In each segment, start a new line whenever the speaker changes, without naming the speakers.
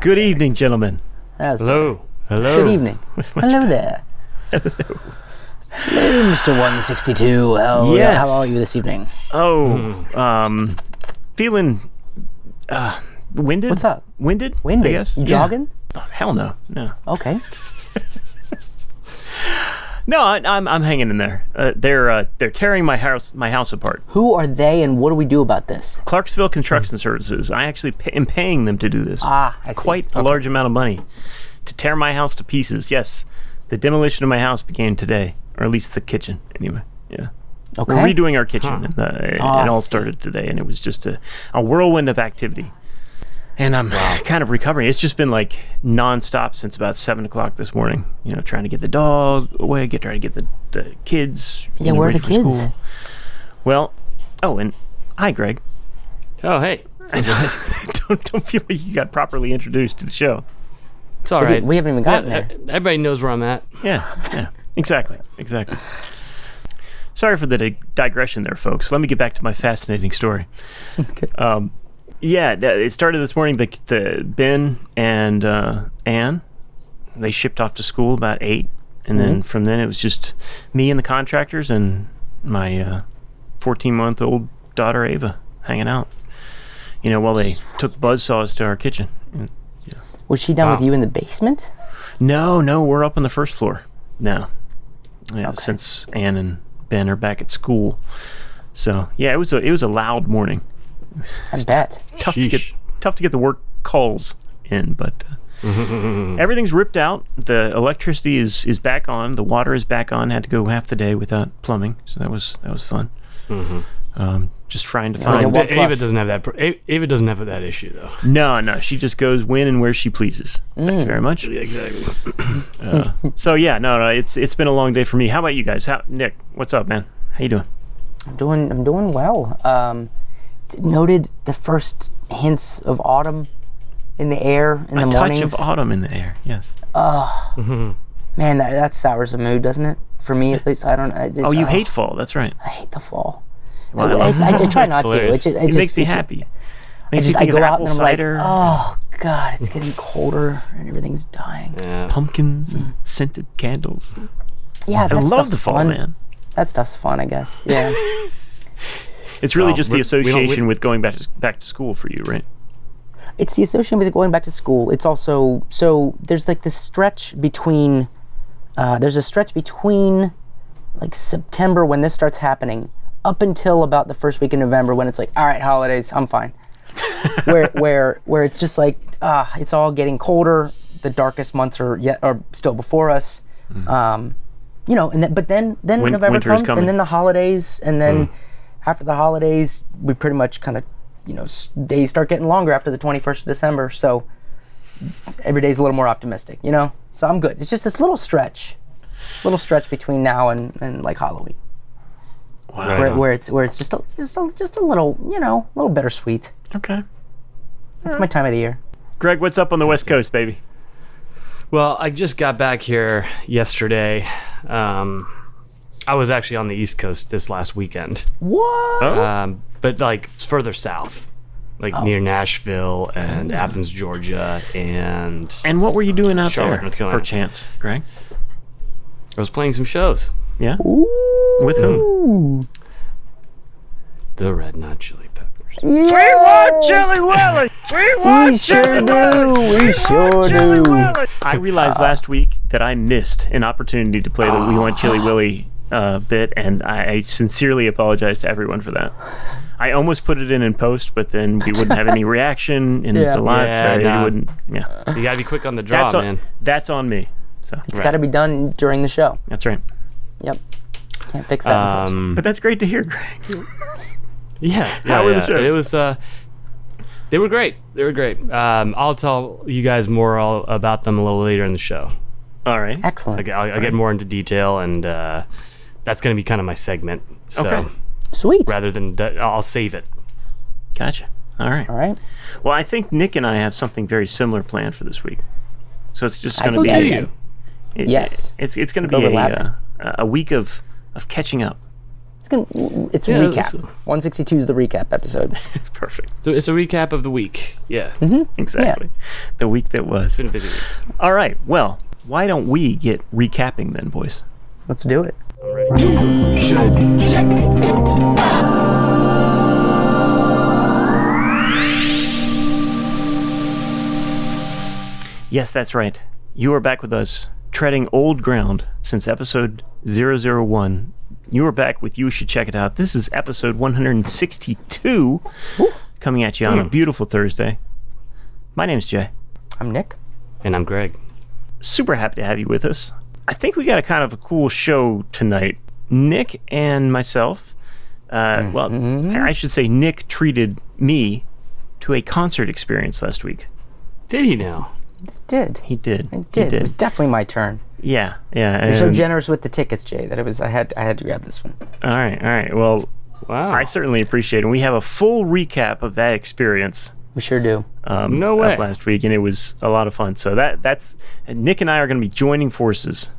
Good evening, gentlemen.
That's
Hello. Hello.
Good evening.
That's much
Hello there. Hello, Mr. 162. How,
Yes.
how are you this evening?
Oh, um, feeling uh, winded.
What's up?
Winded.
Winded?
I guess.
You
Yeah.
jogging?
Oh, hell no. No.
Okay.
No. I, I'm I'm hanging in there. Uh, they're uh, they're tearing my house my house apart.
Who are they and what do we do about this?
Clarksville Construction Services. I actually pay, am paying them to do this.
Ah, I see.
Quite a large amount of money to tear my house to pieces. Yes, the demolition of my house began today, or at least the kitchen. Anyway. Yeah.
Okay.
We're redoing our kitchen. And, uh, it-
Ah,
it
I
all
see.
started today, and it was just a, a whirlwind of activity. And I'm kind of recovering. It's just been like nonstop since about seven o'clock this morning. You know, trying to get the dog away, get trying to get the, the kids. you
Yeah,
know,
where are
ready
the
for
kids?
school. Well, oh, and hi, Greg.
Oh, hey.
don't don't feel like you got properly introduced to the show.
It's all
We
right.
did- we haven't even gotten
Uh,
there.
uh, Everybody knows where I'm at.
Yeah, yeah, exactly, exactly. Sorry for the di- digression there, folks. Let me get back to my fascinating story. Um, yeah, th- it started this morning. The, the Ben and uh, Anne, they shipped off to school about eight, and then from then it was just me and the contractors and my uh, fourteen-month-old daughter Ava hanging out. You know, while they took buzzsaws to our kitchen.
Was she down with
Wow.
you in the basement?
No, no, we're up on the first floor now. Yeah, since Ann and Ben are back at school. So yeah, it was a it was a loud morning.
I bet.
Tough to get
Sheesh.
tough to get the work calls in, but uh, everything's ripped out. The electricity is is back on. The water is back on. Had to go half the day without plumbing, so that was that was fun. Um, just trying to
yeah,
find.
One
Ava
flush.
doesn't have that. Pr- A- Ava doesn't have that issue though.
No, no, she just goes when and where she pleases. Thank you very much.
exactly.
So yeah, no, no, it's it's been a long day for me. How about you guys? How Nick? What's up, man? How you doing?
I'm doing, I'm doing well. Um, t- noted the first hints of autumn in the air in the
touch
mornings.
of autumn in the air. Yes.
Man, that, that sours the mood, doesn't it? For me, at least, I don't. I,
Oh, you hate fall. That's right.
I hate the fall.
Wow.
I, I- I try
That's
not to. It,
hilarious.
just, it
It
just-
makes me
it's-
happy. Makes
Just,
me
I
think
go
of
out
apple
and I'm
cider,
like, oh god, it's getting colder and everything's dying.
pumpkins, and scented candles.
Yeah,
I
Mm. that
love
stuff's
the fall,
fun.
man.
That stuff's fun, I guess. Yeah.
It's really
Well,
just the
we- we don't- we-
association with going back to, back to school for you, right?
it's the association with going back to school. It's also so there's like this stretch between uh, there's a stretch between like September when this starts happening up until about the first week in November when it's like all right holidays I'm fine. where where where it's just like ah it's all getting colder. The darkest months are yet are still before us. Um, you know, and then, but then then
Mm-hmm. Win-
November
winter is
comes
coming. Mm-hmm.
and then the holidays and then after the holidays we pretty much kind of you know s- days start getting longer after the 21st of december so every day's a little more optimistic you know so i'm good it's just this little stretch little stretch between now and, and like halloween
Wow.
Uh-huh.
where, where it's where it's just a, just, a, just a little you know a little bittersweet
Okay.
that's my time of the year
Greg, what's up on the West Coast, baby?
Well, I just got back here yesterday. Um, I was actually on the East Coast this last weekend,
what
Uh,
um, but like further south, like
Oh.
near Nashville and Athens, Georgia, and I
And what were you doing out
Charlotte,
there,
North Carolina.
per chance, Greg?
was playing some shows.
Yeah.
Ooh.
With whom?
The Red Hot Chili Peppers.
Chili Willy. We
we sure do we sure do
I
Uh,
realized last week that I missed an opportunity to play the We Want
Ah.
Chili Willy uh, bit, and I, I sincerely apologize to everyone for that. I almost put it in in post, but then we wouldn't have any reaction in
Yeah. Oh,
the live,
Yeah,
so
nah.
we wouldn't. Yeah,
You gotta be quick on the draw,
that's on,
man.
that's on me. So
it's got to be done during the show
that's right.
yep can't fix that in post.
Um,
But that's great to hear, Greg.
Yeah,
How
yeah,
were the
yeah.
shows?
It was. Uh, they were great. They were great. Um, I'll tell you guys more all about them a little later in the show.
All right.
excellent
Like, I'll, I'll get more into detail, and uh, that's going to be kind of my segment. So
Okay.
sweet
rather than d- I'll save it.
Gotcha. All right.
all right
Well, I think Nick and I have something very similar planned for this week. So it's just going to
do
be.
that again.
it-
Yes.
It's it's going to
Go
be a,
overlapping.
uh, a week of of catching up.
it's It's gonna. It's
Yeah,
recap.
that's-
162 is the recap episode.
Perfect.
So it's a recap of the week. Mm-hmm. Yeah,
Exactly. The week that was.
been a busy week.
All right. Well, why don't we get recapping then, boys?
Let's do it.
Yes, that's right. You are back with us, treading old ground since episode 001. You are back with You Should Check It Out. This is episode 162, coming at you on a beautiful Thursday. My name's Jay.
I'm Nick.
And I'm Greg.
Super happy to have you with us. I think we got a kind of a cool show tonight. Nick and myself, uh,
Mm-hmm.
well, I should say Nick treated me to a concert experience last week.
Did he now?
Did.
He did.
I did.
He
It was
did.
definitely my turn.
Yeah. Yeah.
You're so
and-
generous with the tickets, Jay, that it was. I had. I had to grab this one.
all right. All right. Well,
Wow.
I certainly appreciate it. We have a full recap of that experience
We sure do.
um,
No
of
way.
last week, and it was a lot of fun. So that that's and Nick and I are going to be joining forces.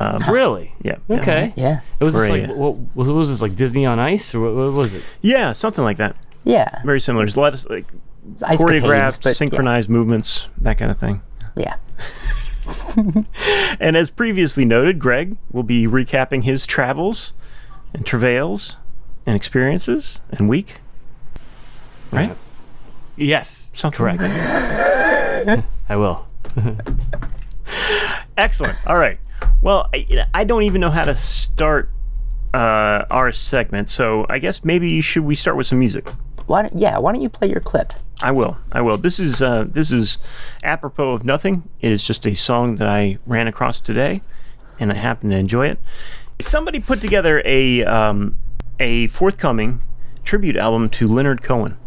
um,
really?
Yeah. yeah.
Okay.
Yeah.
It was this
Right.
like what, what was this like Disney on Ice or what, what was it?
Yeah, something like that.
Yeah.
Very similar. There's a lot of like
Ice capades,
choreographed,
but yeah.
synchronized movements, that kind of thing.
Yeah.
And as previously noted, Greg will be recapping his travels and travails and experiences and week. Right?
Yes.
Something like
correct.
that.
I will.
Excellent. All right. Well, I, I don't even know how to start uh, our segment, so I guess maybe you should we start with some music.
Why? Don't, yeah. Why don't you play your clip?
I will. I will. This is uh, this is apropos of nothing. It is just a song that I ran across today, and I happen to enjoy it. Somebody put together a um, a forthcoming tribute album to Leonard Cohen.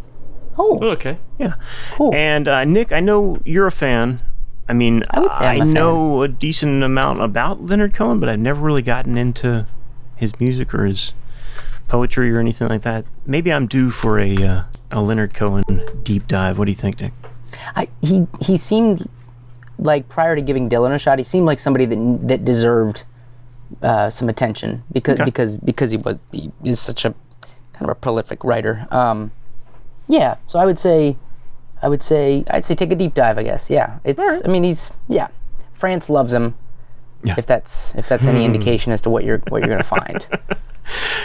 Oh.
Okay.
Yeah.
Cool.
And uh, Nick, I know you're a fan. I mean, I,
would say I'm a fan.
know a decent amount about Leonard Cohen, but I've never really gotten into his music or his poetry or anything like that. Maybe I'm due for a uh, a Leonard Cohen deep dive. What do you think, Nick?
I, he he seemed like prior to giving Dylan a shot, he seemed like somebody that that deserved uh, some attention because because because he was he is such a kind of a prolific writer. Um, yeah, so I would say I would say I'd say take a deep dive. I guess yeah. It's I mean he's yeah. France loves him.
Yeah. Hmm.
If that's if that's any indication as to what you're what you're gonna find.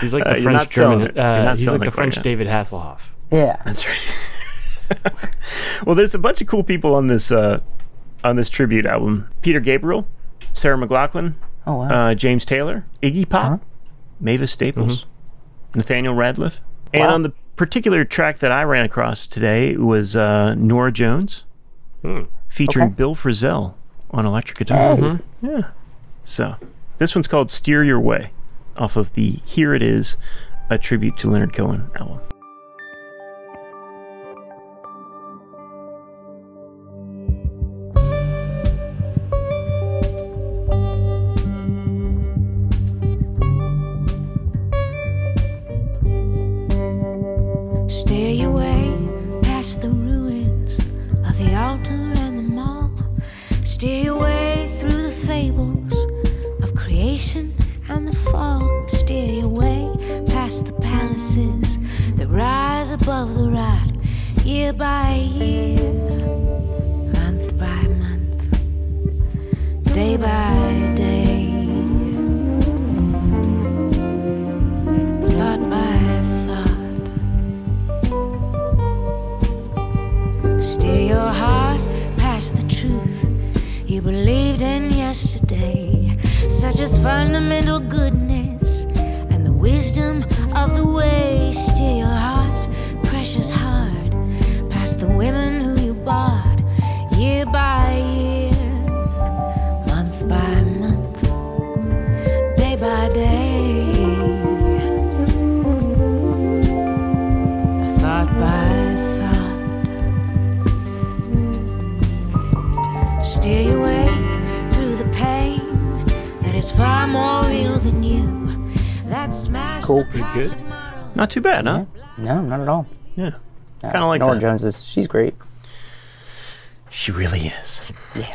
He's like the
Uh, you're
French
not selling
German.
it. You're
Uh,
not
he's
selling
like the
it quite
French
yet.
David Hasselhoff.
Yeah.
That's right. well, there's a bunch of cool people on this uh, on this tribute album. Peter Gabriel, Sarah McLaughlin,
Oh wow.
uh, James Taylor, Iggy Pop,
Uh-huh.
Mavis Staples, Nathaniel Radcliffe. And
Mm-hmm. Wow.
on the particular track that I ran across today was uh, Nora Jones featuring
Okay. Oh.
Bill Frisell on electric guitar.
Hey.
Yeah. So this one's called Steer Your Way off of the Here It Is, a tribute to Leonard Cohen album.
Steer your way past the ruins of the altar and the mall. Steer your way through the fables of creation and the fall. Steer your way past the palaces that rise above the rot, year by year, month by month, day by day, thought by thought. Steer your heart past the truth you believed in yesterday, such as fundamental goodness and the wisdom of the way. Steer your heart, precious heart, past the women who you bought year by year, month by month, day by day. Thought by thought. Steer your way through the pain that is far more real than you. That smash
Cool.
Pretty
good.
Not too bad, huh?
no, not at all.
Yeah. Kind of like
Nora
that.
Jones is she's great.
She really is.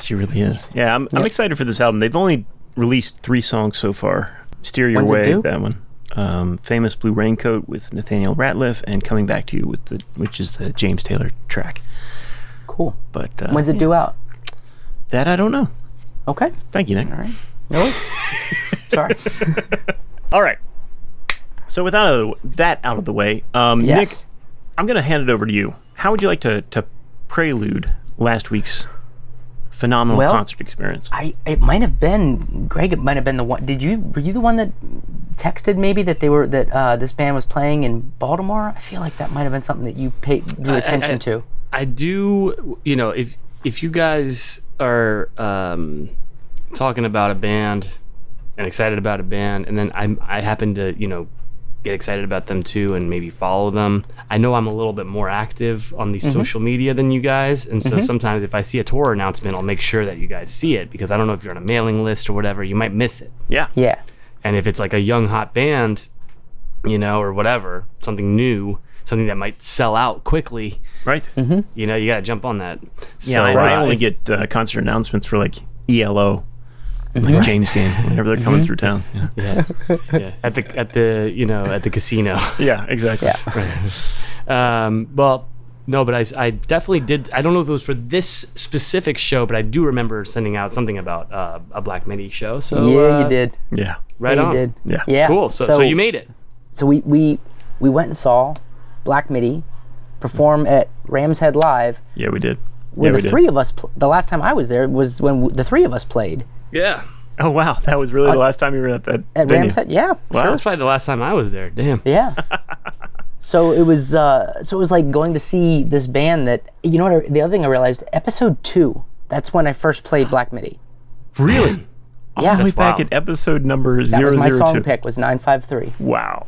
She really is. Yeah, I'm, I'm excited for this album. They've only released three songs so far. Steer Your
When's it
Way,
due?
that one. um, famous blue raincoat with Nathaniel Ratliff, and coming back to you with the which is the James Taylor track.
Cool.
But uh,
When's it due out?
that I don't know.
Okay.
Thank you, Nick.
All right. No. Sorry.
All right. So with that out of the, that out of the way, um,
Yes.
Nick, I'm going to hand it over to you. How would you like to, to prelude last week's phenomenal
Well,
concert experience?
I it might have been Greg. It might have been the one. Did you were you the one that texted maybe that they were that uh, this band was playing in Baltimore? I feel like that might have been something that you paid drew attention
I-
to.
I do. You know, if if you guys are um, talking about a band and excited about a band, and then I I happen to you know get excited about them too, and maybe follow them. I know I'm a little bit more active
Mm-hmm.
on the social media than you guys, and so sometimes if I see a tour announcement, I'll make sure that you guys see it because I don't know if you're on a mailing list or whatever, you might miss it.
Yeah.
Yeah.
And if it's like a young hot band, you know, or whatever, something new, something that might sell out quickly
Right.
Mm-hmm.
you know, you got to jump on that.
Yeah.
So,
I, I
uh,
only
if-
get uh, concert announcements for like ELO, and, like James game, whenever they're coming through town. Mm-hmm. Yeah.
yeah, yeah, at the at the you know at the casino.
Yeah, exactly.
Yeah.
Um, well, no, but I, s- I definitely did. I don't know if it was for this specific show, but I do remember sending out something about uh, a Black Midi show. So
yeah,
uh,
you did.
Yeah.
Right
Yeah, you
on.
did.
Yeah.
Yeah.
Cool. So, so you made it.
So we we we went and saw Black Midi perform at Ram's Head Live.
Yeah, we did.
Where
yeah, we
the
did.
three of us. Pl- the last time I was there was when w- the three of us played
Yeah,
Oh wow, that was really the last time you were at that
Uh, at
venue.
Ram's Head. Yeah.
Wow.
that was probably the last time I was there. Damn.
Yeah. so it was uh, so it was like going to see this band that you know what I, the other thing I realized episode two that's when I first played Black Midi.
really?
yeah,
Way back
wild.
at episode number
that
zero
was my
zero
song
two.
pick was nine five three
Wow.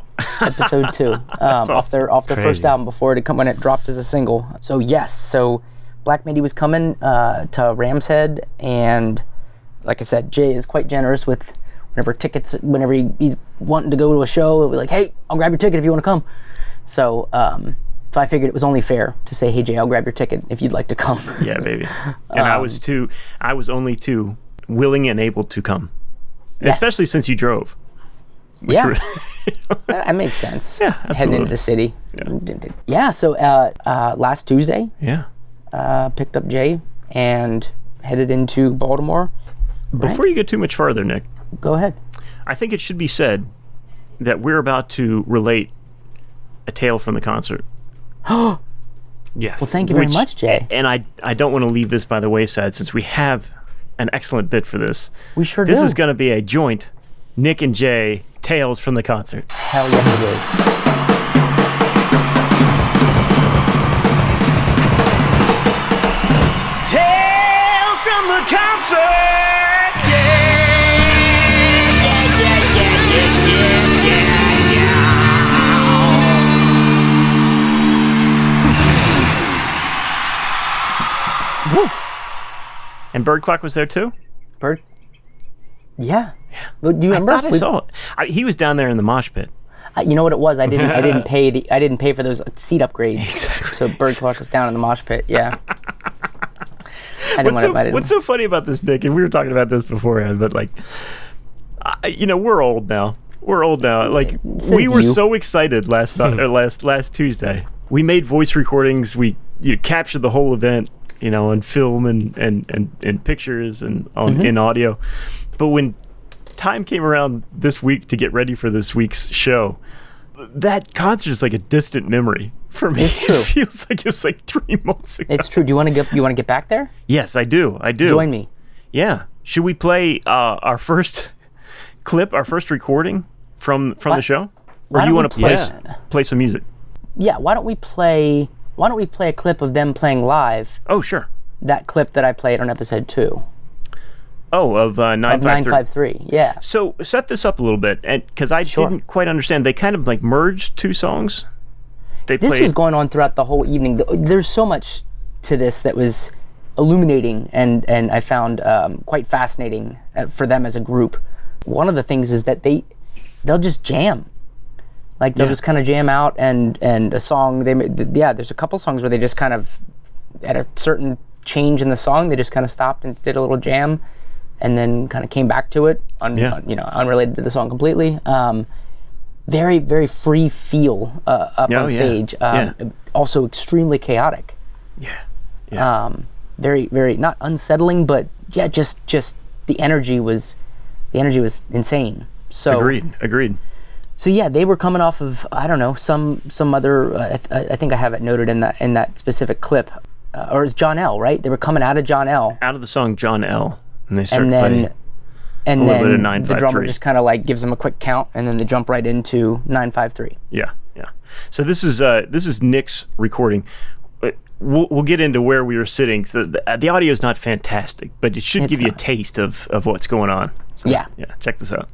episode two um, off their off their first
Crazy.
album before it come when it dropped as a single. So yes, so Black Midi was coming uh, to Ram's Head and like I said, Jay is quite generous with whenever tickets whenever he, he's wanting to go to a show. It'll be like, hey, I'll grab your ticket if you want to come. So. Um, so I figured it was only fair to say, "Hey Jay, I'll grab your ticket if you'd like to come."
Yeah, baby. And
Um,
I was too. I was only too willing and able to come,
Yes.
especially since you drove.
yeah, that, that made sense.
Yeah,
heading
absolutely.
into the city. Yeah. so uh, uh, last Tuesday,
Yeah.
uh, picked up Jay and headed into Baltimore.
Before you get too much farther, Nick,
Go ahead.
I think it should be said that we're about to relate a tale from the concert,
Yes.
Thank you very
Which-
much, Jay.
and I I don't want to leave this by the wayside since we have an excellent bit for this.
We sure
This
do.
is going to be a joint Nick and Jay tales from the concert.
Hell yes, it is.
Tales from the concert. And Bird Clock was there too.
Bird. Yeah. Well, Do you remember?
Thought I
We-
saw it. I, he was down there in the mosh pit.
I- you know what it was? I didn't. I didn't pay. The, I didn't pay for those seat upgrades. So Bird Clock was down in the mosh pit. Yeah. I
What's
didn't want to. I
so,
didn't.
what's so funny about this, Nick? And we were talking about this beforehand, but like, I, you know, we're old now. We're old now. Like,
Says
we were
you.
so excited last night or last last Tuesday. We made voice recordings. We you know, captured the whole event, you know, on film and and and, and pictures and on
Mm-hmm.
in audio. But when time came around this week to get ready for this week's show, that concert is like a distant memory for me.
It's true.
it feels like it was like three months ago.
it's true. Do you want to get? You want to get back there?
yes, I do. I do.
Join me.
Yeah. Should we play uh, our first clip, our first recording from from the
Why-
show? Or do
don't
you
we
want to play
play-
s- play some music?
Yeah. Why don't we play? Why don't we play a clip of them playing live?
Oh, sure.
That clip that I played on episode two
Oh, of uh, nine
of nine
five three.
five three. Yeah.
So set this up a little bit, and because I
Sure.
didn't quite understand, they kind of like merged two songs. They
this
played.
was going on throughout the whole evening. Th- There's so much to this that was illuminating and and I found um, quite fascinating uh, for them as a group. One of the things is that they they'll just jam, like they'll just kind of jam out and and a song they ma- th- yeah. There's a couple songs where they just kind of at a certain change in the song they just kind of stopped and did a little jam and then kind of came back to it un,
Yeah.
un- you know unrelated to the song completely um, very very free feel uh, up
Oh,
on
yeah.
stage. Um,
Yeah.
Also extremely chaotic.
Yeah. Yeah.
Um, very very not unsettling, but yeah, just just the energy was the energy was insane. So
agreed. Agreed.
so yeah, they were coming off of I don't know some some other. Uh, I, th- I think I have it noted in that in that specific clip, uh, or it's John L. Right? They were coming out of John L.
Out of the song John L. And they start
and then
playing.
and
little bit of
then
nine,
the
five,
drummer
three.
just kind of like gives them a quick count, and then they jump right into nine five three.
Yeah, yeah. So this is uh, this is Nick's recording. Uh, We'll, we'll get into where we were sitting. The, the, uh, the audio is not fantastic, but it should
It's
give you a
not.
taste of, of what's going on. So,
Yeah. Hmm.
yeah. Check this out.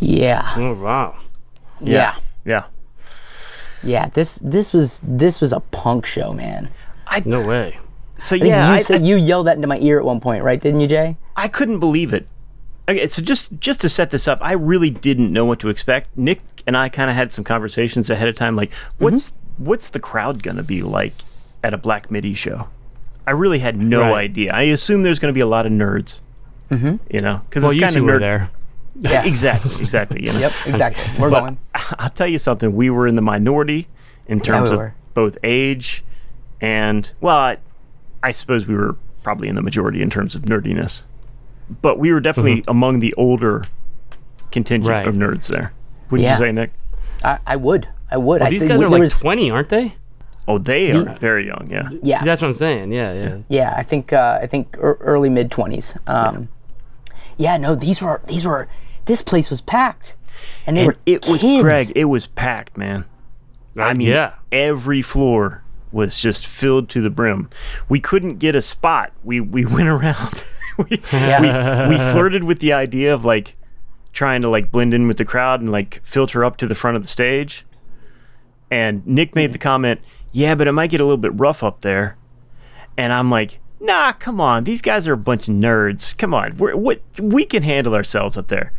Yeah.
Oh wow.
yeah,
Yeah.
yeah. This this was this was a punk show, man.
No way.
So
I think
yeah,
you
I,
said you yelled that into my ear at one point, right? Didn't you, Jay?
I couldn't believe it. Okay, so just just to set this up, I really didn't know what to expect. Nick and I kind of had some conversations ahead of time, like
Mm-hmm.
what's what's the crowd gonna be like at a Black Midi show? I really had no
Right.
idea. I assume there's gonna be a lot of nerds, mm-hmm. you know, because
Well,
it's
you
kind
two
of
were
nerd.
there.
Yeah.
Exactly, exactly. You know?
Yep. Exactly. We're
But
going.
I'll tell you something. We were in the minority in terms
we
of
were.
both age and, well, I, I suppose we were probably in the majority in terms of nerdiness. But we were definitely
Mm-hmm.
among the older contingent
Right.
of nerds there. Would you
Yeah.
say, Nick?
I, I would. I would. I
These
think
guys
w-
are
there
like
was-
twenty, aren't they?
Oh, they
The-
are very young. Yeah.
Yeah.
That's what I'm saying. Yeah, yeah.
Yeah, I think uh, I think ear- early mid twenties. Um, yeah. no, these were these were this place was packed, and they
And
were
it was
kids.
Craig. It was packed, man. I mean,
yeah.
every floor was just filled to the brim. We couldn't get a spot. We we went around. we,
Yeah.
we, we flirted with the idea of like trying to like blend in with the crowd and like filter up to the front of the stage. And Nick made the comment, "Yeah, but it might get a little bit rough up there." And I'm like, "Nah, come on. These guys are a bunch of nerds. Come on. We're, what we can handle ourselves up there."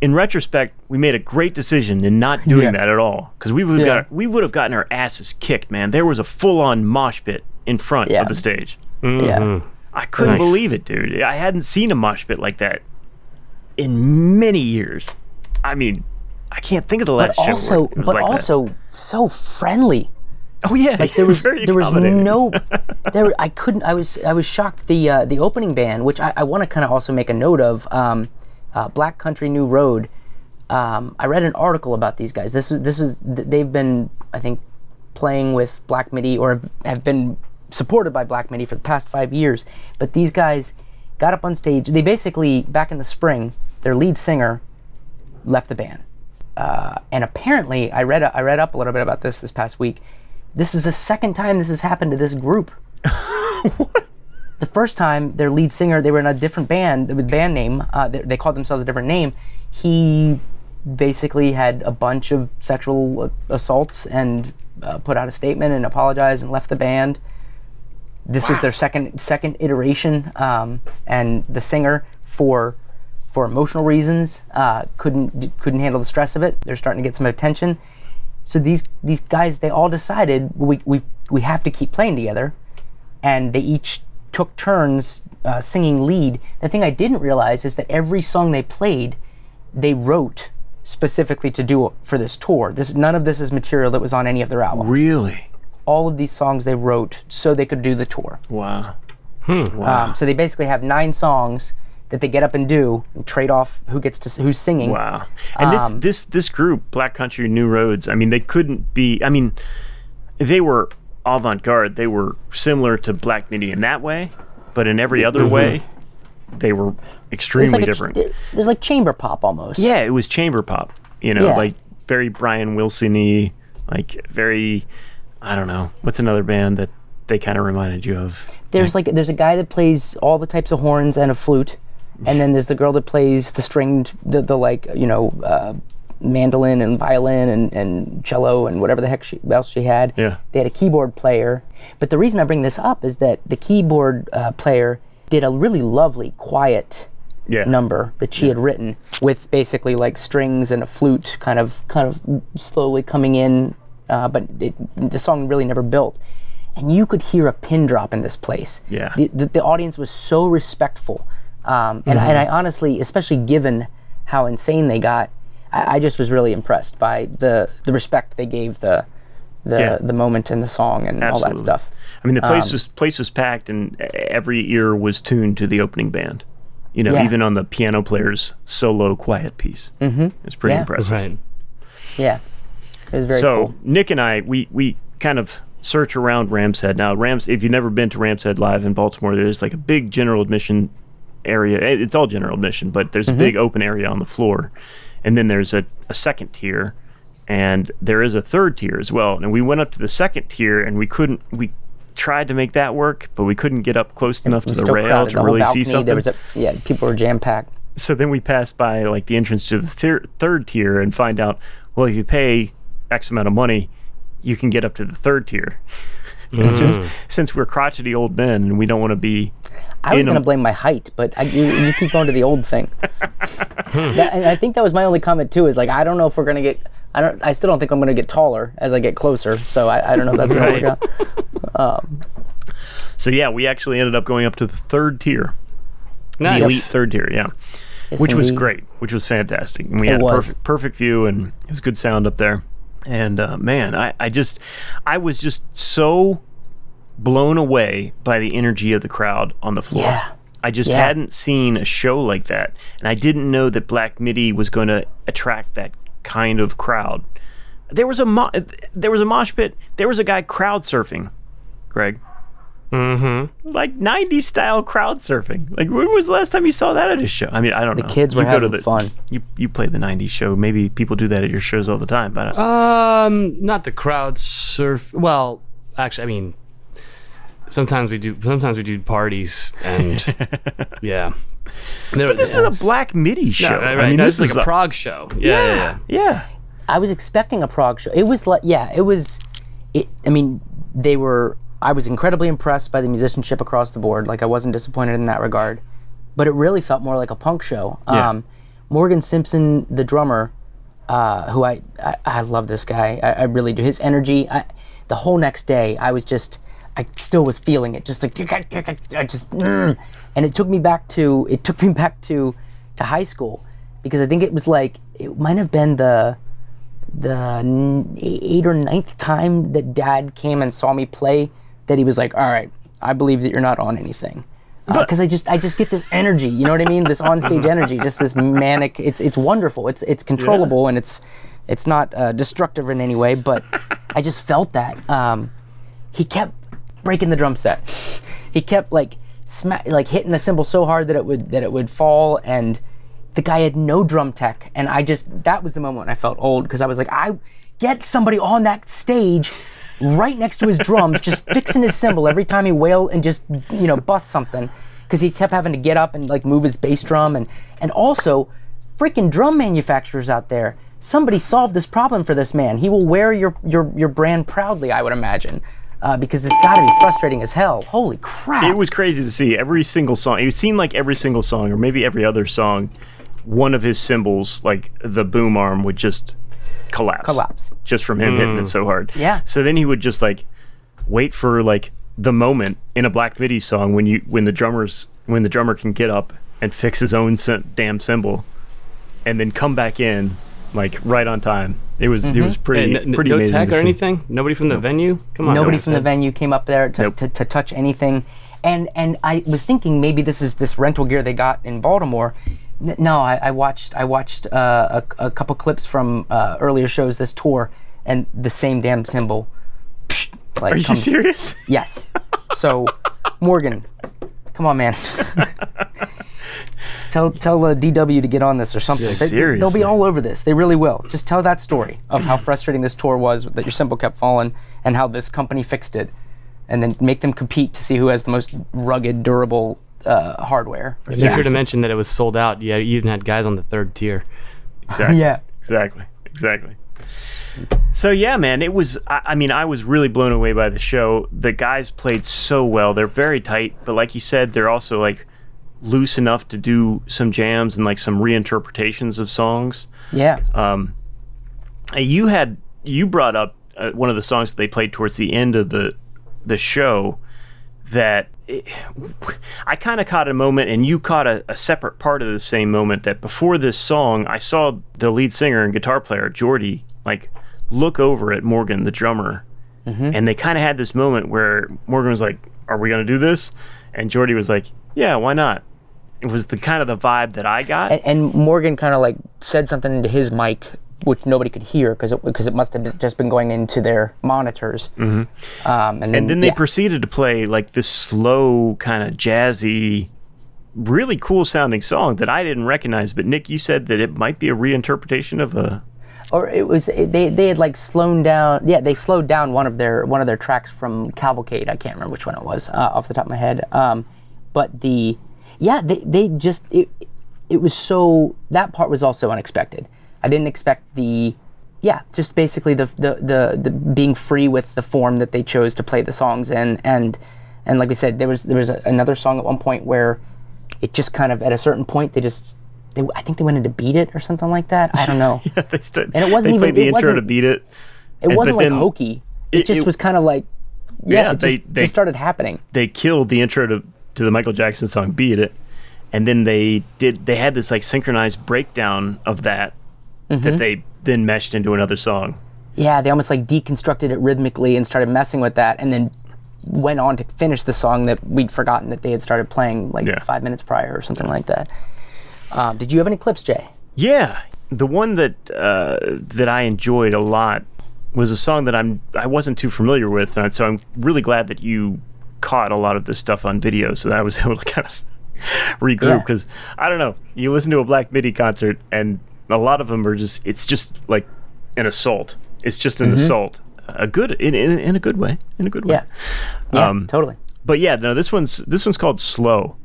in retrospect, we made a great decision in not doing
Yeah.
that at all because we would have
Yeah.
got we would have gotten our asses kicked, man. There was a full on mosh pit in front
Yeah.
of the stage.
yeah,
I couldn't
Nice.
believe it, dude. I hadn't seen a mosh pit like that in many years. I mean, I can't think of the last
but
show where
also
it was
but
like that.
also so friendly.
oh yeah,
Like there was
very
there was
accommodating.
no there I couldn't I was I was shocked the uh, the opening band which I, I want to kind of also make a note of um, uh, Black Country New Road. Um, I read an article about these guys. This was this was th- they've been I think playing with Black MIDI or have been supported by Black MIDI for the past five years. But these guys got up on stage. They basically back in the spring their lead singer left the band. Uh, and apparently, I read I read up a little bit about this this past week. This is the second time this has happened to this group. The first time, their lead singer, they were in a different band with band name. Uh, they, they called themselves a different name. He basically had a bunch of sexual a- assaults and uh, put out a statement and apologized and left the band. This was their second second iteration, um, and the singer for for emotional reasons uh, couldn't d- couldn't handle the stress of it. They're starting to get some attention. So these these guys, they all decided we we we have to keep playing together, and they each took turns uh, singing lead. The thing I didn't realize is that every song they played, they wrote specifically to do for this tour. This none of this is material that was on any of their albums.
really.
all of these songs they wrote so they could do the tour.
Wow.
Um, so they basically have nine songs that they get up and do and trade off who gets to s- who's singing.
Wow. And
Um,
this this this group, Black Country New Roads, I mean, they couldn't be I mean, they were avant garde. They were similar to Black Midi in that way, but in every other way, they were
There's
extremely
Mm-hmm. like a ch-
different.
there- there's like chamber pop almost.
yeah, it was chamber pop. You know,
Yeah.
like very Brian Wilson-y, like very I don't know, what's another band that they kind of reminded you of?
There's like there's a guy that plays all the types of horns and a flute, and then there's the girl that plays the stringed the, the like you know uh, mandolin and violin and, and cello and whatever the heck she, else she had.
Yeah.
They had a keyboard player. But the reason I bring this up is that the keyboard uh, player did a really lovely quiet
Yeah.
number that she had written with basically like strings and a flute kind of kind of slowly coming in uh, but it, the song really never built and you could hear a pin drop in this place
Yeah.
the, the, the audience was so respectful um, and,
Mm-hmm.
and i honestly especially given how insane they got i, I just was really impressed by the, the respect they gave the the,
Yeah.
the moment and the song and all that
Absolutely.
stuff
I mean, the
Um,
place was place was packed, and e- every ear was tuned to the opening band. You know,
Yeah.
even on the piano player's solo quiet piece, mm-hmm. it's pretty
Yeah.
impressive.
Right.
yeah it was very
so
cool
Nick and I, we we kind of search around Rams Head. Now, Rams, if you've never been to Rams Head Live in Baltimore, there's like a big general admission area. Eh, It's all general admission, but there's
Mm-hmm.
a big open area on the floor, and then there's a, a second tier, and there is a third tier as well. And we went up to the second tier, and we couldn't we. Tried to make that work, but we couldn't get up close enough to the
still
rail
crowded
to
the whole
really see
balcony
something
there was a yeah people were jam-packed
so then we pass by like the entrance to the thir- third tier and find out well if you pay x amount of money you can get up to the third tier and since since we're crotchety old men and we don't want to be
I was
in a-
going to blame my height, but I, you, you keep going to the old thing. That- and I think that was my only comment too. Is like I don't know if we're going to get. I don't. I still don't think I'm going to get taller as I get closer. So I, I don't know if that's going
Right.
to work out.
so yeah we actually ended up going up to the third tier the elite
Nice.
third tier yeah
Yes,
which was
indeed.
great which was fantastic and we had a
was.
perfect, perfect view and it was good sound up there and uh, man I, I just i was just so blown away by the energy of the crowd on the floor
Yeah.
I just
Yeah.
hadn't seen a show like that, and I didn't know that Black Midi was going to attract that kind of crowd. There was a mo- there was a mosh pit. There was a guy crowd surfing, Greg. Mm-hmm. Like '90s style crowd surfing. Like when was the last time you saw that at a show? I mean, I don't know.
kids were
You go to
having fun.
You you play the '90s show. Maybe people do that at your shows all the time. But uh,
Um, not the crowd surf. Well, actually, I mean, sometimes we do. Sometimes we do parties, and yeah.
Oh,
There,
this is a Black Midi show.
No, right,
I
right.
mean,
No,
this,
this, is
is
like a, prog show. Yeah, yeah. yeah.
yeah.
I was expecting a prog show. It was like yeah, it was. It. I mean, they were. I was incredibly impressed by the musicianship across the board. Like I wasn't disappointed in that regard, but it really felt more like a punk show.
Yeah.
Um, Morgan Simpson, the drummer, uh, who I, I I love this guy. I, I really do. His energy. I, the whole next day, I was just. I still was feeling it, just like I just, mm. and it took me back to it took me back to to high school because I think it was like it might have been the the n- eight or ninth time that dad came and saw me play that he was like all right i believe that you're not on anything because i just i just get this energy you know what i mean this onstage energy just this manic it's it's wonderful it's it's controllable and it's it's not uh, destructive in any way but i just felt that um, he kept breaking the drum set he kept like sma- like hitting the cymbal so hard that it would that it would fall and the guy had no drum tech and i just that was the moment when i felt old because i was like i get somebody on that stage right next to his drums just fixing his cymbal every time he wailed and just you know bust something because he kept having to get up and like move his bass drum and and also freaking drum manufacturers out there somebody solve this problem for this man he will wear your your, your brand proudly i would imagine uh, because it's got to be frustrating as hell holy crap
it was crazy to see every single song. It seemed like every single song, or maybe every other song, one of his cymbals, like the boom arm, would just collapse.
Collapse.
Just from him hitting
Mm.
it so hard.
Yeah.
So then he would just like wait for like the moment in a Black Midi song when you when the drummers when the drummer can get up and fix his own cy- damn cymbal, and then come back in like right on time It was
Mm-hmm.
it was pretty
And n- n-
pretty
no
amazing
tech
to
or
see.
anything. Nobody from the venue. Come on.
Nobody
no
from the
tech.
venue came up there to, to, to touch anything. And and I was thinking maybe this is this rental gear they got in Baltimore. N- No, I, I watched I watched uh, a, a couple clips from uh, earlier shows this tour, and the same damn symbol. psh, like,
Are you
comes-
serious?
Yes. So, Morgan, come on, man. tell tell uh, DW to get on this or something.
Yeah,
they, will
seriously.
be all over this. They really will. Just tell that story of how frustrating this tour was that your symbol kept falling and how this company fixed it, and then make them compete to see who has the most rugged, durable uh, hardware.
And Make sure to mention that it was sold out. Yeah, you even had guys on the third tier.
Exactly.
Yeah.
Exactly. Exactly. So yeah, man, it was. I, I mean, I was really blown away by the show. The guys played so well. They're very tight, but like you said, they're also like loose enough to do some jams and like some reinterpretations of songs.
Yeah.
Uh, you had you brought up uh, one of the songs that they played towards the end of the the show that it, I kind of caught a moment and you caught a, a separate part of the same moment that before this song I saw the lead singer and guitar player Jordy like look over at Morgan the drummer and they kind of had this moment where Morgan was like are we going to do this and Jordy was like yeah why not it was the kind of the vibe that I got
and, and Morgan kind of like said something into his mic, which nobody could hear because it, because it must have been- just been going into their monitors. Mm-hmm. Um, and then,
And then they
yeah.
proceeded to play like this slow, kind of jazzy, really cool sounding song that I didn't recognize. But Nick, you said that it might be a reinterpretation of a.
or it was it, they they had like slowed down. Yeah, they slowed down one of their one of their tracks from Cavalcade. I can't remember which one it was uh, off the top of my head. Um, but the yeah, they they just it it was so that part was also unexpected. I didn't expect the yeah, just basically the the the, the being free with the form that they chose to play the songs and and and like we said, there was there was a, another song at one point where it just kind of at a certain point they just. They, I think they wanted to beat it or something like that. I don't know.
they st-
And it wasn't
they
even-
played the
it
intro to
wasn't-
beat it.
It wasn't
but
like
then
hokey. It,
it-
just
it-
was kind of like yeah,
Yeah,
it just,
they- they-
just started happening.
They killed the intro to to the Michael Jackson song "Beat It," and then they did. They had this like synchronized breakdown of that
Mm-hmm.
that they then meshed into another song.
Yeah, they almost like deconstructed it rhythmically and started messing with that, and then went on to finish the song that we'd forgotten that they had started playing like
Yeah.
five minutes prior or something like that. Um, did you have any clips, Jay?
Yeah, the one that uh, that I enjoyed a lot was a song that I'm I wasn't too familiar with, and so I'm really glad that you caught a lot of this stuff on video, so that I was able to kind of regroup
Yeah.
because I don't know. You listen to a Black MIDI concert, and a lot of them are just it's just like an assault. It's just an assault, a good in, in in a good way, in a good way.
Mm-hmm. Yeah, yeah,
Um,
totally.
But yeah, no, this one's this one's called Slow,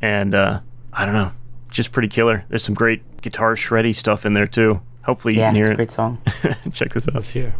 and uh, I don't know, just pretty killer. There's some great guitar shreddy stuff in there too. Hopefully you
Yeah,
can
it's
hear
a
it.
great song.
Check this out.
Here.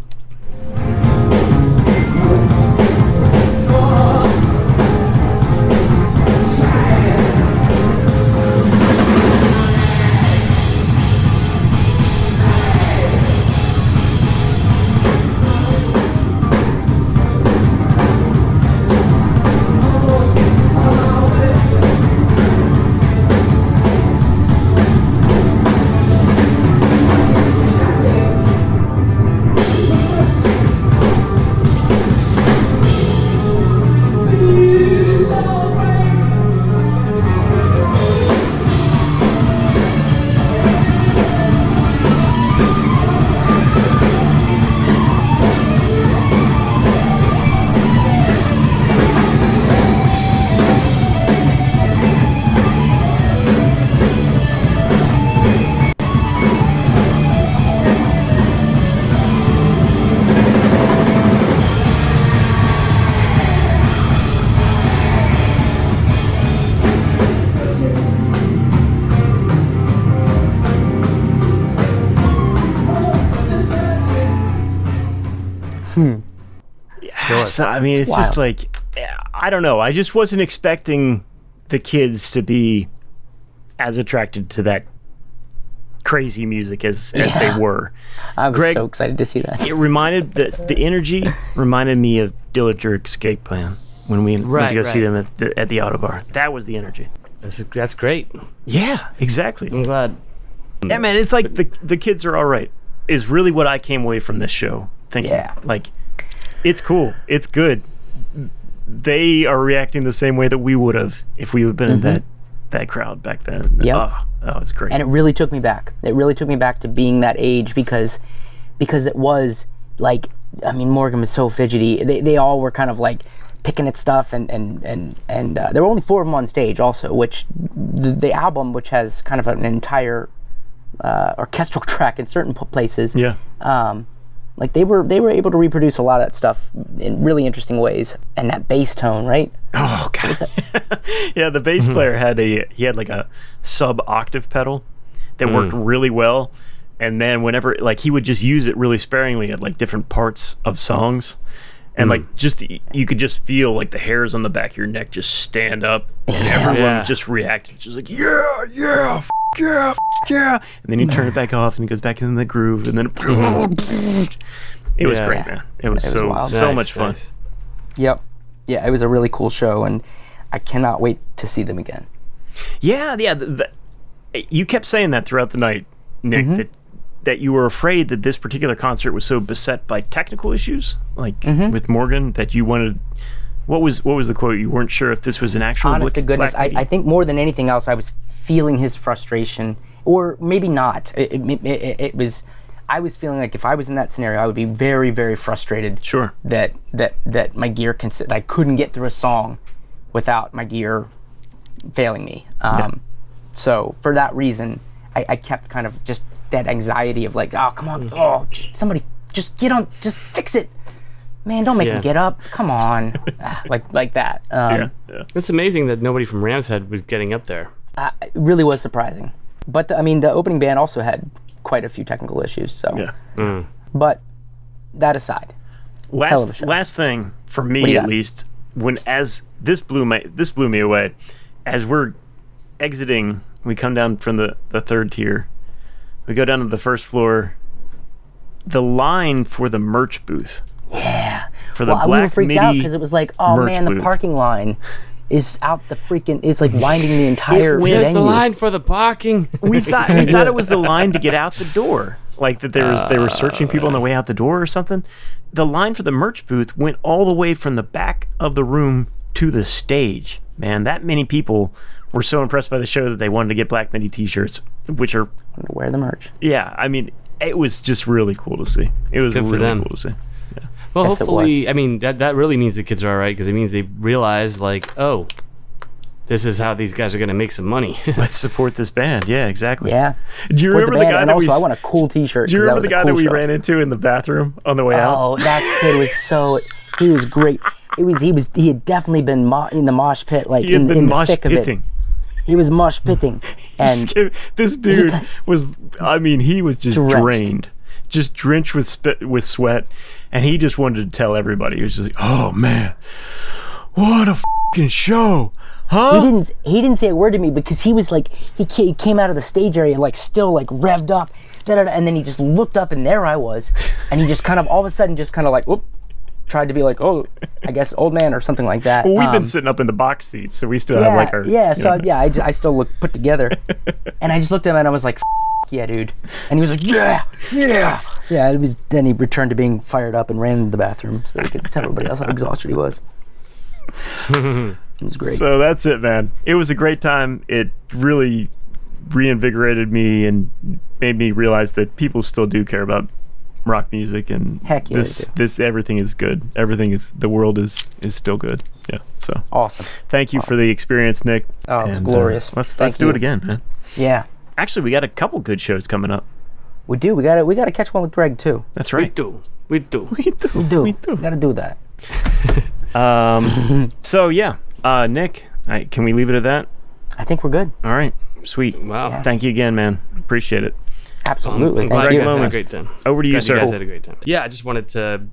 Yeah, so, I mean, it's, just like eh, I don't know. I just wasn't expecting the kids to be as attracted to that crazy music as, as
Yeah.
they were.
I was
Greg-
so excited to see that.
It reminded the the energy reminded me of Dillinger Escape Plan when we went
Right,
to go see
right.
them at the, at the auto bar. That was the energy.
That's that's great.
Yeah, exactly.
I'm glad.
Yeah, man, it's like the the kids are all right. is really what I came away from this show thinking.
Yeah.
Like, it's cool. It's good. They are reacting the same way that we would have if we had been in that that crowd back then.
Mm-hmm. Yep.
Oh, that was great.
and it really took me back. It really took me back to being that age because because it was like I mean Morgan was so fidgety. They, they all were kind of like picking at stuff and and and and uh, there were only four of them on stage also, which the, the album which has kind of an entire uh, orchestral track in certain p- places.
yeah.
Um, like they were they were able to reproduce a lot of that stuff in really interesting ways and that bass tone, right?
Oh god. yeah, the bass player had a he had like a sub octave pedal that worked really well. And then whenever like he would just use it really sparingly at like different parts of songs. And like just y- you could just feel like the hairs on the back of your neck just stand up and everyone
Yeah.
just reacted just like yeah, yeah, f- yeah, f- yeah. And then you turn it back off and it goes back in the groove and then it was
Yeah.
great, man. It was, so
wild.
so
Nice,
much fun.
nice.
Yep. Yeah, it was a really cool show and I cannot wait to see them again.
Yeah, yeah. The, the, you kept saying that throughout the night, Nick.
Mm-hmm.
That that you were afraid that this particular concert was so beset by technical issues, like
Mm-hmm.
with Morgan, that you wanted. What was what was the quote? You weren't sure if this was an actual. Black-
honest to goodness,
Black
I,
Midi.
I think more than anything else, I was feeling his frustration, or maybe not. It, it, it, it was, I was feeling like if I was in that scenario, I would be very, very frustrated.
Sure.
That that that my gear cons- that I couldn't get through a song without my gear failing me. Um, So for that reason, I, I kept kind of just that anxiety of like, oh come on,
Mm.
oh j- somebody just get on, just fix it. Man, don't make
Yeah.
me get up. Come on, Ah, like like that. Um,
Yeah, yeah.
It's amazing that nobody from Ramshead was getting up there.
it really was surprising. But the, I mean, the opening band also had quite a few technical issues. So,
Yeah.
but that aside, of a
last
show.
last thing for
do
me
you
at
got?
least when as this blew my this blew me away as we're exiting we come down from the the third tier we go down to the first floor the line for the merch booth
yeah.
for the
Well, I we
black
were freaked
midi
out because it was like, oh
merch
man, the
booth.
parking line is out the freaking. It's like winding the entire
went-
There's
venue.
the line for the parking.
we thought we thought it was the line to get out the door like that there was they were searching people on the way out the door or something the line for the merch booth went all the way from the back of the room to the stage man that many people were so impressed by the show that they wanted to get black midi t-shirts which are
Wear the merch.
yeah i mean it was just really cool to see it was
Good for
really
them.
cool to see
Well,
Yes, it
hopefully, I mean that that really means the kids are all right because it means they realize like, oh, this is how these guys are gonna make some money.
let's support this band yeah exactly
Yeah.
do you
With
remember the,
band,
guy
and
that
also
we
I want a cool T-shirt.
do you
'cause
remember the
that
guy
was a
that we
cool show.
ran into in the bathroom on the way out
Oh, that kid was so. He was great. It was he was he had definitely been mo- in the mosh pit like
he had
in,
been
in the
mosh
thick
pitting
of it. He was mosh pitting, and
Skip- this dude was i mean he was just
Drenched.
drained just drenched with spit with sweat and he just wanted to tell everybody he was just like oh man what a fucking show
he
huh
didn't he didn't say a word to me because he was like he ca- he came out of the stage area like still like revved up da, da, da, and then he just looked up and there I was and he just kind of all of a sudden just kind of like whoop tried to be like oh I guess old man or something like that
well, we've been
Um,
sitting up in the box seats so we still
yeah
have like our
yeah
you
so I,
know,
yeah I, ju- I still look put together and I just looked at him and I was like "F- yeah dude and he was like yeah yeah yeah it was then he returned to being fired up and ran into the bathroom so he could tell everybody else how exhausted he was it was great
so that's it man it was a great time it really reinvigorated me and made me realize that people still do care about rock music and
Heck yeah, they
this
do.
this everything is good everything is the world is is still good yeah so
awesome
Thank you for the experience, Nick.
Oh, it was
And, uh,
glorious.
let's
Thank
let's do
you.
it again, man.
yeah.
Actually, we got a couple good shows coming up.
We do. We got to. We got to catch one with Greg too.
That's
we
right.
do, we do.
We do.
Do.
We do.
Got to do that.
Um, so yeah, uh, Nick, I, can we leave it at that?
I think we're good.
All right, sweet.
Wow,
Thank you again, man. Appreciate it.
Um,
Absolutely.
I'm glad
Thank
you
you.
guys had a
Moments.
great time.
Over to you,
Glad you
sir.
guys had a great time. Yeah, I just wanted to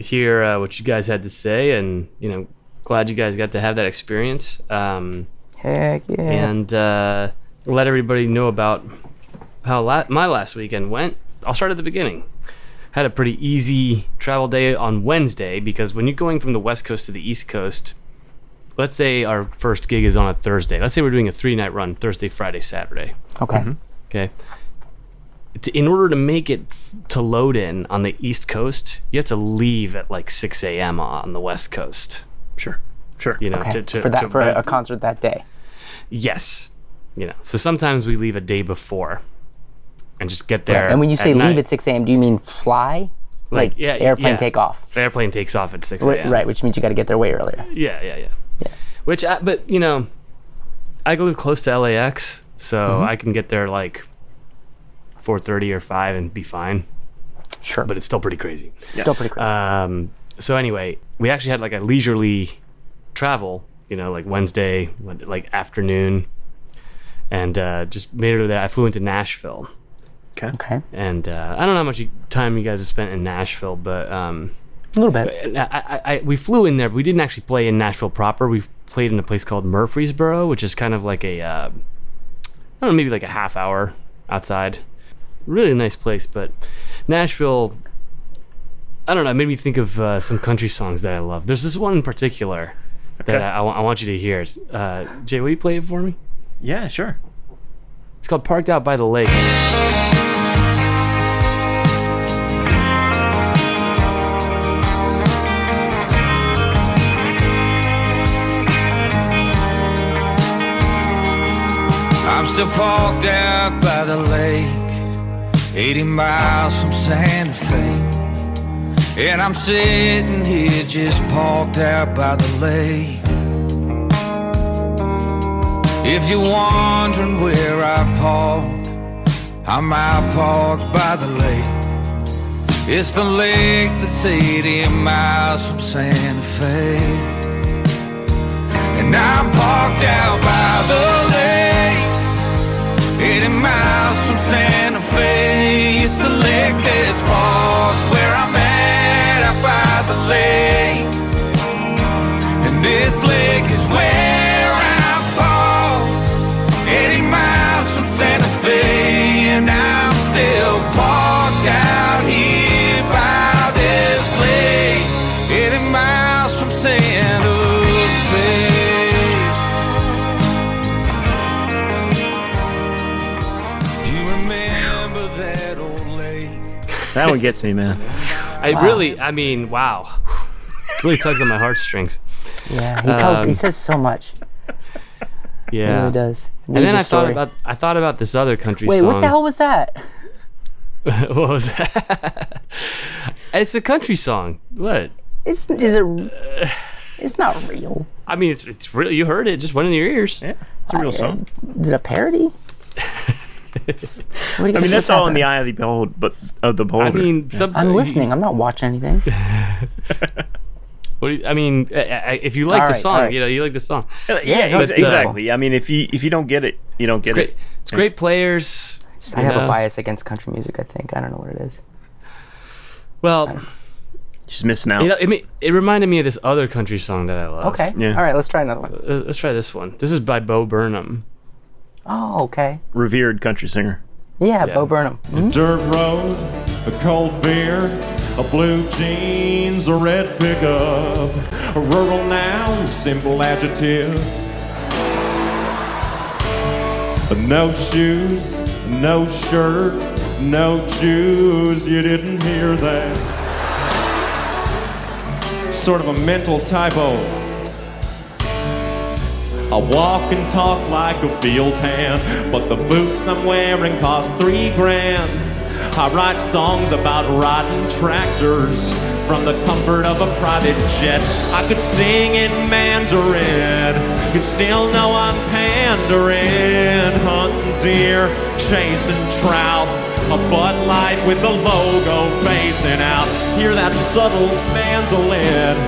hear uh, what you guys had to say, and you know, glad you guys got to have that experience. Um,
Heck yeah.
and uh, let everybody know about how la- my last weekend went. I'll start at the beginning. Had a pretty easy travel day on Wednesday because when you're going from the West Coast to the East Coast, let's say our first gig is on Mm-hmm. a Thursday. Let's say we're doing a three night run Thursday, Friday, Saturday.
Okay.
Okay. to, in order to make it f- to load in on the East Coast, you have to leave at like 6 a.m. on the West Coast.
Sure. Sure.
You know,
Okay.
to, to,
for that
to-
for a concert that day.
yes, you know. So sometimes we leave a day before, and just get there.
And when you say leave
night.
at 6 a.m., do you mean fly? Like,
yeah,
the airplane
yeah.
takeoff?
the airplane takes off at 6
Ri-
a.m.
Right, which means you got to get there way earlier.
Yeah, yeah, yeah.
Yeah.
Which, I, but you know, I live close to LAX, so
Mm-hmm.
I can get there like four thirty or five and be fine.
Sure.
But it's still pretty crazy.
Still pretty crazy.
Um, so anyway, we actually had like a leisurely travel, you know, like Wednesday, when- like afternoon, and uh, just made it over there. I flew into Nashville,
Okay.
okay.
and uh, I don't know how much you- time you guys have spent in Nashville, but um,
A little bit.
and I, I, I, we flew in there, but we didn't actually play in Nashville proper. We played in a place called Murfreesboro, which is kind of like a, uh, I don't know, maybe like a half hour outside. Really nice place, but Nashville, I don't know, it made me think of uh, some country songs that I love. There's this one in particular that
Okay.
I, I wa- I want you to hear. It's, uh, Jay, will you play it for me?
Yeah, sure.
It's called Parked Out by the Lake.
I'm still parked out by the lake, 80 miles from Santa Fe. And I'm sitting here just parked out by the lake. If you're wondering where I park, I'm out parked by the lake. It's the lake that's 80 miles from Santa Fe. And I'm parked out by the lake 80 miles from Santa Fe It's the lake that's parked where I'm at Out by the lake And this lake is where I'm parked 80 miles from Santa Fe And I'm still parked out here by this lake 80 miles from Santa Fe Do you remember that old lake?
That one gets me, man.
I really, I mean, wow. really tugs on my heartstrings.
Yeah, he tells, he
um,
says so much. He
Yeah.
really does.
And
Read
then
the
I
story.
thought about I thought about this other country
Wait,
song.
what the hell was that?
what was that? it's a country song. What?
It's is it? It's not real.
I mean, it's it's really you heard it. it Just went in your ears.
Yeah, it's a real song.
Is it a parody? What do you
I mean, that's all in the eye of the behold, but of the beholder.
I mean, some,
Uh,
uh,
I'm listening. I'm not watching anything.
What do you, I mean, I, I, if you like
All
the
right,
song,
all right.
you know, you like the song.
yeah,
no, uh,
ex-
it's
exactly. I mean, if you if you don't get it, you don't get
Great,
it.
uh, it's great players.
I have
Yeah.
a bias against country music. I think I don't know what it is.
Well,
She's missing out.
you know, it ma- it reminded me of this other country song that I love.
Okay.
Yeah.
All right. Let's try another one.
Uh, let's try this one. This is by Bo Burnham.
Oh, okay.
Revered country singer.
Yeah,
Yeah.
Bo Burnham.
Mm-hmm.
Mm,
dirt road, a cold beer, a blue jeans, a red pickup, a rural noun, simple adjective. No shoes, no shirt, no Jews, you didn't hear that. Sort of a mental typo. I walk and talk like a field hand, but the boots I'm wearing cost three grand. I write songs about rotten tractors from the comfort of a private jet. I could sing in Mandarin, you'd still know I'm pandering. Hunting deer, chasing trout, a Bud Light with the logo facing out. Hear that subtle mandolin.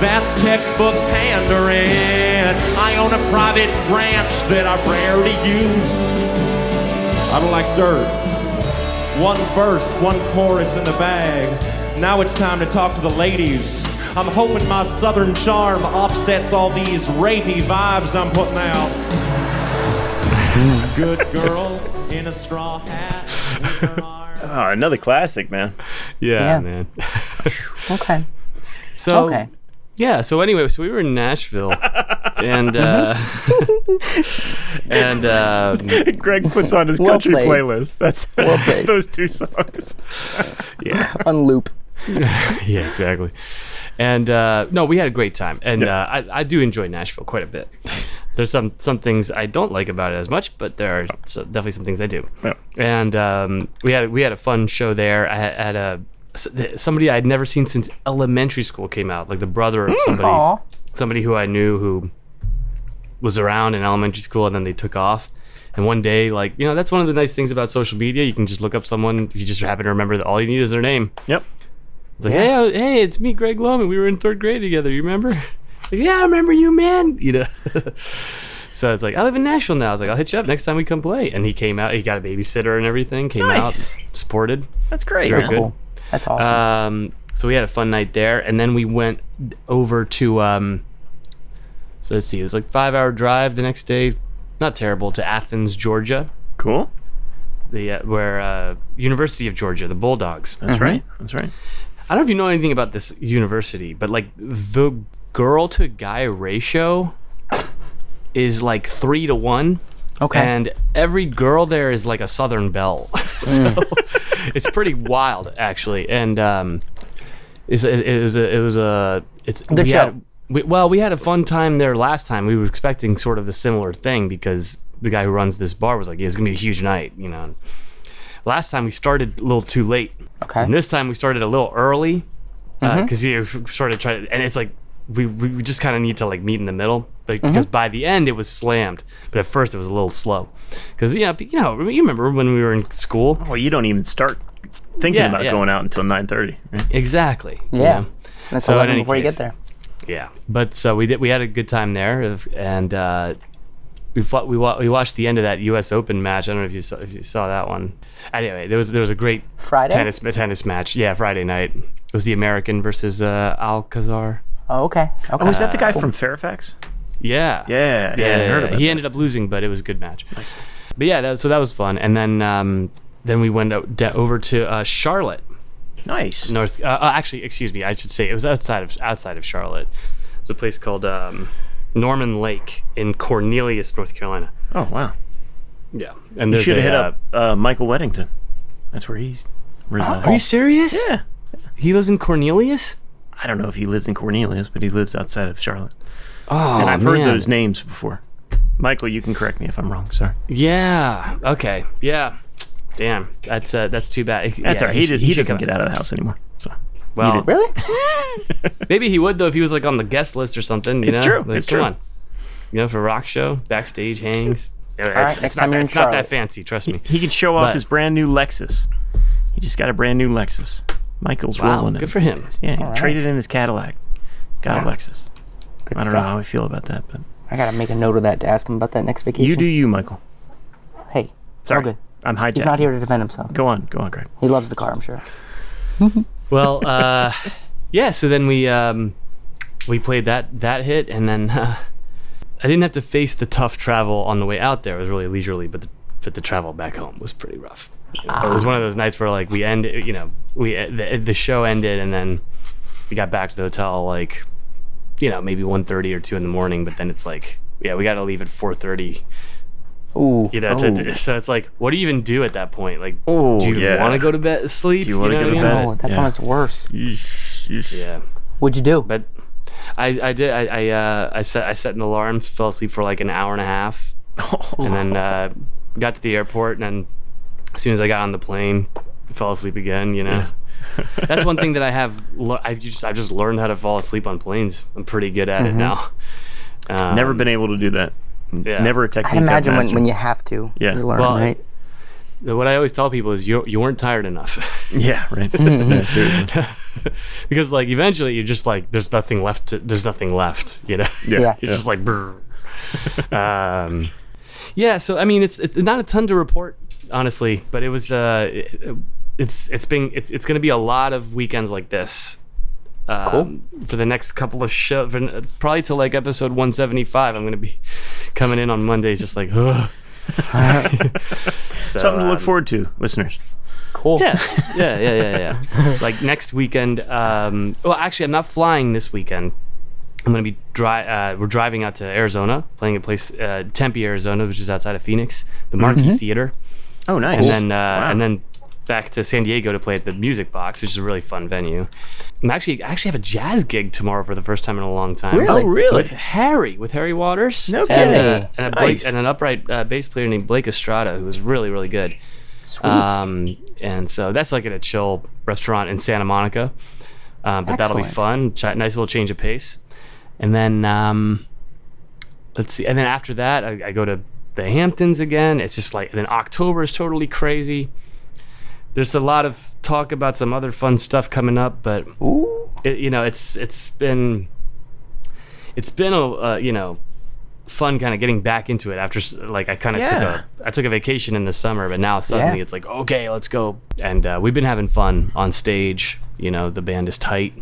That's textbook pandering. I own a private ranch that I rarely use. I don't like dirt. One verse, one chorus in the bag. Now it's time to talk to the ladies. I'm hoping my southern charm offsets all these rapey vibes I'm putting out. Good girl in a straw hat. with her arm
Oh, another classic, man.
Yeah.
Yeah, man.
Okay.
So
Okay.
Oh.
yeah. So anyway, so we were in Nashville. and uh, and um,
Greg puts on his
Well
country
played.
playlist. That's
played.
those two songs.
yeah,
on loop.
yeah, exactly. And uh, no, we had a great time, and
Yeah.
uh, I, I do enjoy Nashville quite a bit. There's some some things I don't like about it as much, but there are so, definitely some things I do.
Yeah.
And um, we had we had a fun show there. I had, had a s- th- somebody I'd never seen since elementary school came out, like the brother of somebody
Aw.
somebody who I knew who was around in elementary school and then they took off. And one day, like, you know, that's one of the nice things about social media. You can just look up someone, you just happen to remember that all you need is their name.
Yep.
It's like, hey, I- hey, it's me, Greg Loman. We were in third grade together. You remember? Like, yeah, I remember you, man. You know. so it's like, I live in Nashville now. I was like, I'll hit you up next time we come play. And he came out. He got a babysitter and everything. Came
Nice.
out, supported.
That's great.
Very
man.
good.
Cool. That's awesome.
Uh,
Um, so we had a fun night there, and then we went over to. Um, so let's see, it was like five hour drive the next day, not terrible to Athens, Georgia,
Cool.
the uh, where uh, University of Georgia, the Bulldogs.
That's right. That's right.
I don't know if you know anything about this university, but like the girl to guy ratio is like three to one.
okay.
And every girl there is like a Southern Belle, so
Mm.
it's pretty wild, actually. And um, it's, it, it was a, it was a it's
Good
we
show.
Had, we, well, we had a fun time there last time. We were expecting sort of the similar thing because the guy who runs this bar was like, "Yeah, it's gonna be a huge night," you know. And last time we started a little too late,
okay. Mm-hmm.
and this time we started a little early because you sort of try to, and it's like we, we we just kind of need to like meet in the middle like,
Mm-hmm.
because by the end it was slammed, but at first it was a little slow because yeah, but, you know you remember when we were in school
Well, you don't even start thinking
Yeah,
about
yeah.
going out until nine thirty.
exactly you
yeah.
know?
That's
So in
11
any
before you get
case-
there.
yeah but so we did we had a good time there of- and uh, we fought, we wa- we watched the end of that U.S. Open match I don't know if you saw, if you saw that one anyway there was there was a great
Friday?
tennis a tennis match yeah Friday night it was the American versus uh, Alcazar.
Oh, okay. Okay.
Oh, is that the guy from Fairfax?
Yeah.
Yeah, yeah, I heard about
He
that.
ended up losing, but it was a good match. But yeah, that, so that was fun. And then um, then we went out, de- over to uh, Charlotte,
Nice.
North. Uh, uh, actually, excuse me, I should say it was outside of outside of Charlotte. It was a place called um, Norman Lake in Cornelius, North Carolina.
Oh wow.
Yeah, and
You
there's
should have
a,
hit
uh,
up uh, Michael Weddington. That's where he's resides.
Are you serious?
yeah.
He lives in Cornelius.
I don't know if he lives in Cornelius, but he lives outside of Charlotte.
Oh,
And I've heard
man.
those names before. Michael, you can correct me if I'm wrong. Sorry.
Yeah. Okay. Yeah. Damn. That's uh, that's too bad.
That's
yeah,
all right. He,
should-
did, he,
should
doesn't
come-
get out of the house anymore. So
Well,
Really?
Maybe he would though if he was like on the guest list or something. You
It's
know?
true,
Like,
it's
come
true.
on. You know, for a rock show, backstage hangs. Yeah, it's
right,
it's
next
not,
time
that,
you're in
it's not that
Charlotte.
fancy, trust me.
he could show off
But-
his brand new Lexus. He just got a brand new Lexus. Michael's
Wow,
rolling. in
good
it
for him.
these days. Yeah, he
All right.
traded in his Cadillac. Got a Lexus.
Good
I don't know
stuff.
how I feel about that, but
I gotta make a note of that to ask him about that next vacation.
you do you, Michael.
Hey,
Sorry,
good.
I'm hijacking.
he's not here to defend himself.
Go on, go on, Greg.
He loves the car, I'm sure.
Well, uh, yeah, so then we um, we played that that hit and then uh, I didn't have to face the tough travel on the way out there. It was really leisurely, but the, but the travel back home was pretty rough. You know, so it was one of those nights where like we end, you know, we uh, the, the show ended and then we got back to the hotel like you know, maybe 1:30 or 2 in the morning, but then it's like yeah, we got to leave at 4:30
Ooh.
you know, to, to- so it's like, what do you even do at that point? Like,
Oh,
do you
yeah.
want to go to bed, sleep?
Do you wanna
know
go
what
to
I mean?
bed?
Oh, that's
Yeah.
almost worse.
Yeah,
What'd you do?
but I, I did, I, I, uh, I set, I set an alarm, fell asleep for like an hour and a half, and then uh, got to the airport, and then as soon as I got on the plane, fell asleep again. You know, that's one thing that I have, le- I've just, I've just learned how to fall asleep on planes. I'm pretty good at it now. Um,
Mm-hmm. Never been able to do that.
yeah.
Never a technique.
I'd imagine when, when you have to,
Yeah.
you learn,
Well,
right?
What I always tell people is, you, you weren't tired enough.
Yeah, right.
Mm-hmm.
Yeah, seriously.
because like eventually you're just like there's nothing left to, there's nothing left you know
Yeah.
you're just like brr. um yeah so i mean it's, it's not a ton to report honestly but it was uh it, it's it's been it's it's going to be a lot of weekends like this um, for the next couple of show for, n- probably till like episode 175 i'm going to be coming in on mondays just like ugh. So,
Something to look
um,
forward to, listeners.
Cool.
yeah, yeah, yeah, yeah, yeah. like next weekend. Um, well, actually, I'm not flying this weekend. I'm gonna be dri- uh, We're driving out to Arizona, playing a place uh, Tempe, Arizona, which is outside of Phoenix, the Marquee Theater,
Oh, nice.
and then uh,
Wow.
and then back to San Diego to play at the Music Box, which is a really fun venue. I'm actually I actually have a jazz gig tomorrow for the first time in a long time.
oh, really?
With Harry, with Harry Waters.
no
Hey.
kidding.
Yeah.
And, a
Nice.
Blake, and an upright uh, bass player named Blake Estrada, who was really, really good.
Sweet.
Um, and so that's like at a chill restaurant in Santa Monica. Um, but that'll be
Excellent.
fun. Ch- nice little change of pace. And then um, let's see. And then after that, I, I go to the Hamptons again. It's just like and then October is totally crazy. There's a lot of talk about some other fun stuff coming up, but
Ooh.
it, you know, it's it's been it's been a uh, you know fun kind of getting back into it after s- like I kind of
Yeah.
took a I took a vacation in the summer, but now suddenly
Yeah.
it's like okay, let's go, and uh, we've been having fun on stage. You know, the band is tight,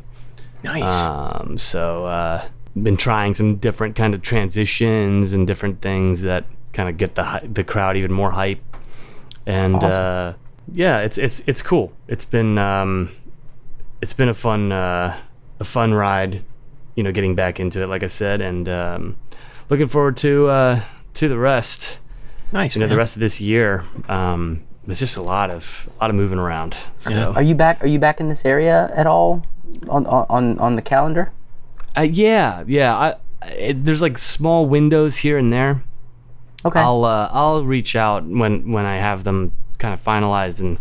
Nice.
um, so uh, been trying some different kind of transitions and different things that kind of get the hy- the crowd even more hype, and uh, yeah, it's it's it's cool. It's been um, it's been a fun uh, a fun ride, you know, getting back into it, like I said, and um, looking forward to uh, to the rest,
nice.
you know, the
man.
rest of this year. Um, there's just a lot of a lot of moving around. So
Are you back? Are you back in this area at all? On on on the calendar?
uh, yeah, yeah. I, I, there's like small windows here and there.
Okay.
I'll uh, I'll reach out when when I have them kind of finalized and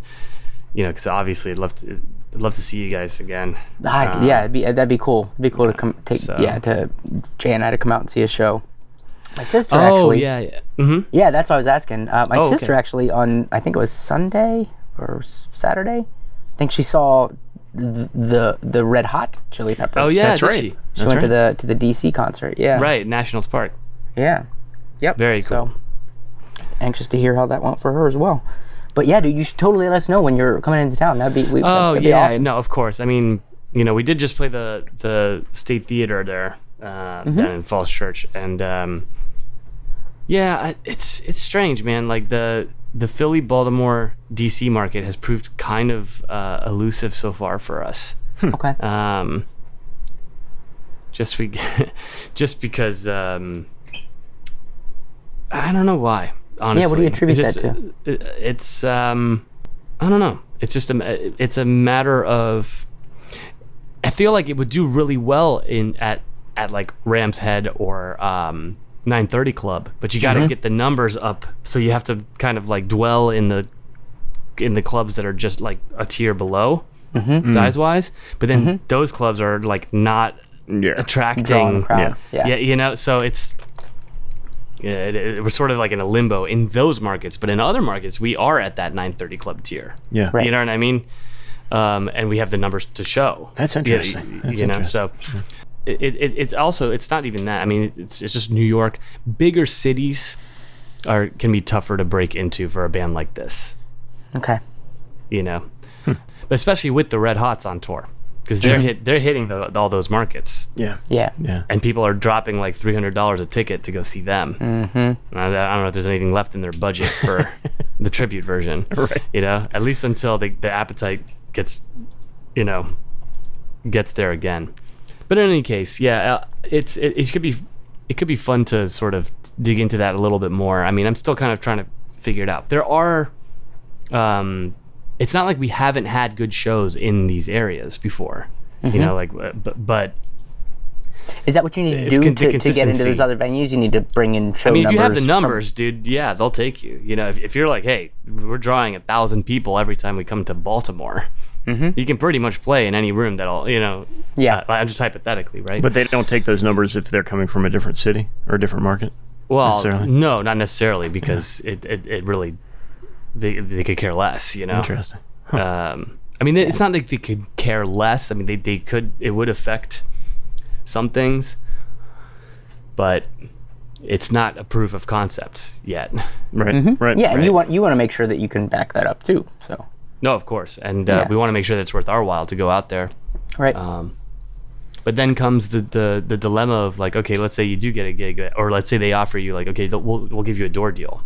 you know because obviously I'd love to I'd love to see you guys again.
Ah, yeah, it'd be, that'd be cool. It'd be cool to come take
uh, so-
yeah to Jay and I to come out and see a show. My sister
Oh
actually.
yeah, yeah. Mm-hmm.
Yeah, that's what I was asking. Uh, my
okay.
sister actually on I think it was Sunday or s- Saturday. I think she saw the the, the Red Hot Chili Peppers.
Oh yeah,
That's
did
right.
she?
She went to the to the DC concert. Yeah.
Right, Nationals Park.
Yeah. Yep.
Very
So,
cool.
anxious to hear how that went for her as well. But yeah, dude, you should totally let us know when you're coming into town. That'd be we,
Oh
that'd
yeah,
be awesome.
no, of course. I mean, you know, we did just play the the state theater there uh, down in Falls Church, and um, yeah, I- it's it's strange, man. Like the the Philly, Baltimore, DC market has proved kind of uh, elusive so far for us.
Okay.
Um, just we, just because um, I don't know why. Honestly,
do you attribute
It's just-
that
uh, It's um, I don't know. It's just a ma- it's a matter of. I feel like it would do really well in at at like Rams Head or um, 930 Club, but you got to
Mm-hmm.
get the numbers up. So you have to kind of like dwell in the in the clubs that are just like a tier below
Mm.
size wise. But then
Mm-hmm.
those clubs are like not
yeah.
attracting
Drawing the crowd.
Yeah.
Yeah.
you know, so it's yeah, it, it- we're sort of like in a limbo in those markets, but in other markets we are at that 930 club tier.
Yeah.
Right.
You know what I mean? Um, and we have the numbers to show.
That's
You know,
interesting. That's
you know,
interesting.
so it, it, it's also it's not even that. I mean, it's it's just New York. Bigger cities are can be tougher to break into for a band like this
Okay.
you know, but especially with the Red Hots on tour because they're hit, they're hitting the, all those markets,
Yeah.
Yeah.
Yeah.
and people are dropping like three hundred dollars a ticket to go see them. Mm-hmm. And I, I don't know if there's anything left in their budget for the tribute version,
Right.
You know, at least until the, the appetite gets, you know, gets there again. But in any case, yeah, uh, it's it, it could be it could be fun to sort of dig into that a little bit more. I mean, I'm still kind of trying to figure it out. There are, um, it's not like we haven't had good shows in these areas before,
Mm-hmm.
you know, like uh, but but
Is that what you need to
It's
do
con- the
to, to get into
consistency.
those other venues? You need to bring in show
I mean, if you have the
from-
numbers, dude, yeah, they'll take you. You know, if, if you're like, hey, we're drawing a thousand people every time we come to Baltimore, you can pretty much play in any room that'll, you know,
Yeah.
uh, I'm just hypothetically, right?
But they don't take those numbers if they're coming from a different city or a different market.
well,
necessarily.
no, not necessarily, because it, it, it really they, they could care less, you know.
Interesting.
Um, I mean, it's not like they could care less. I mean, they, they could, it would affect some things, but it's not a proof of concept yet.
Right. Right.
Mm-hmm. Yeah, and you
Right.
want you want to make sure that you can back that up too. So
No, of course, and uh,
Yeah.
we want to make sure that it's worth our while to go out there.
right.
Um, but then comes the, the the dilemma of like, okay, let's say you do get a gig, uh, or let's say they offer you like, okay, th- we'll we'll give you a door deal.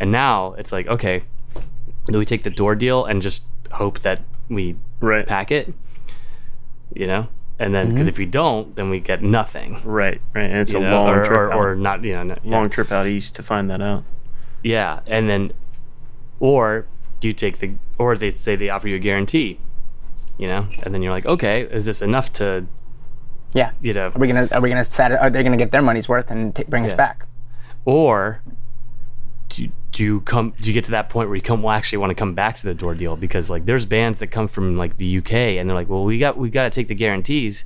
And now it's like, okay, do we take the door deal and just hope that we
Right.
pack it? You know, and then
Mm-hmm.
because if you don't, then we get nothing.
Right, right. And it's
you
a
know,
long
or,
trip. Uh-huh.
or,
out-
or not, you know, not- yeah.
long trip out east to find that out.
Yeah, and then, or you take the, or they say they offer you a guarantee, you know, and then you're like, okay, is this enough to,
Yeah.
you know,
Are we gonna Are we gonna sat- Are they gonna get their money's worth and ta- bring us
Yeah.
back?
or do, do you come, do you get to that point where you come, well, actually want to come back to the door deal because like there's bands that come from like the UK and they're like, well, we got, we got to take the guarantees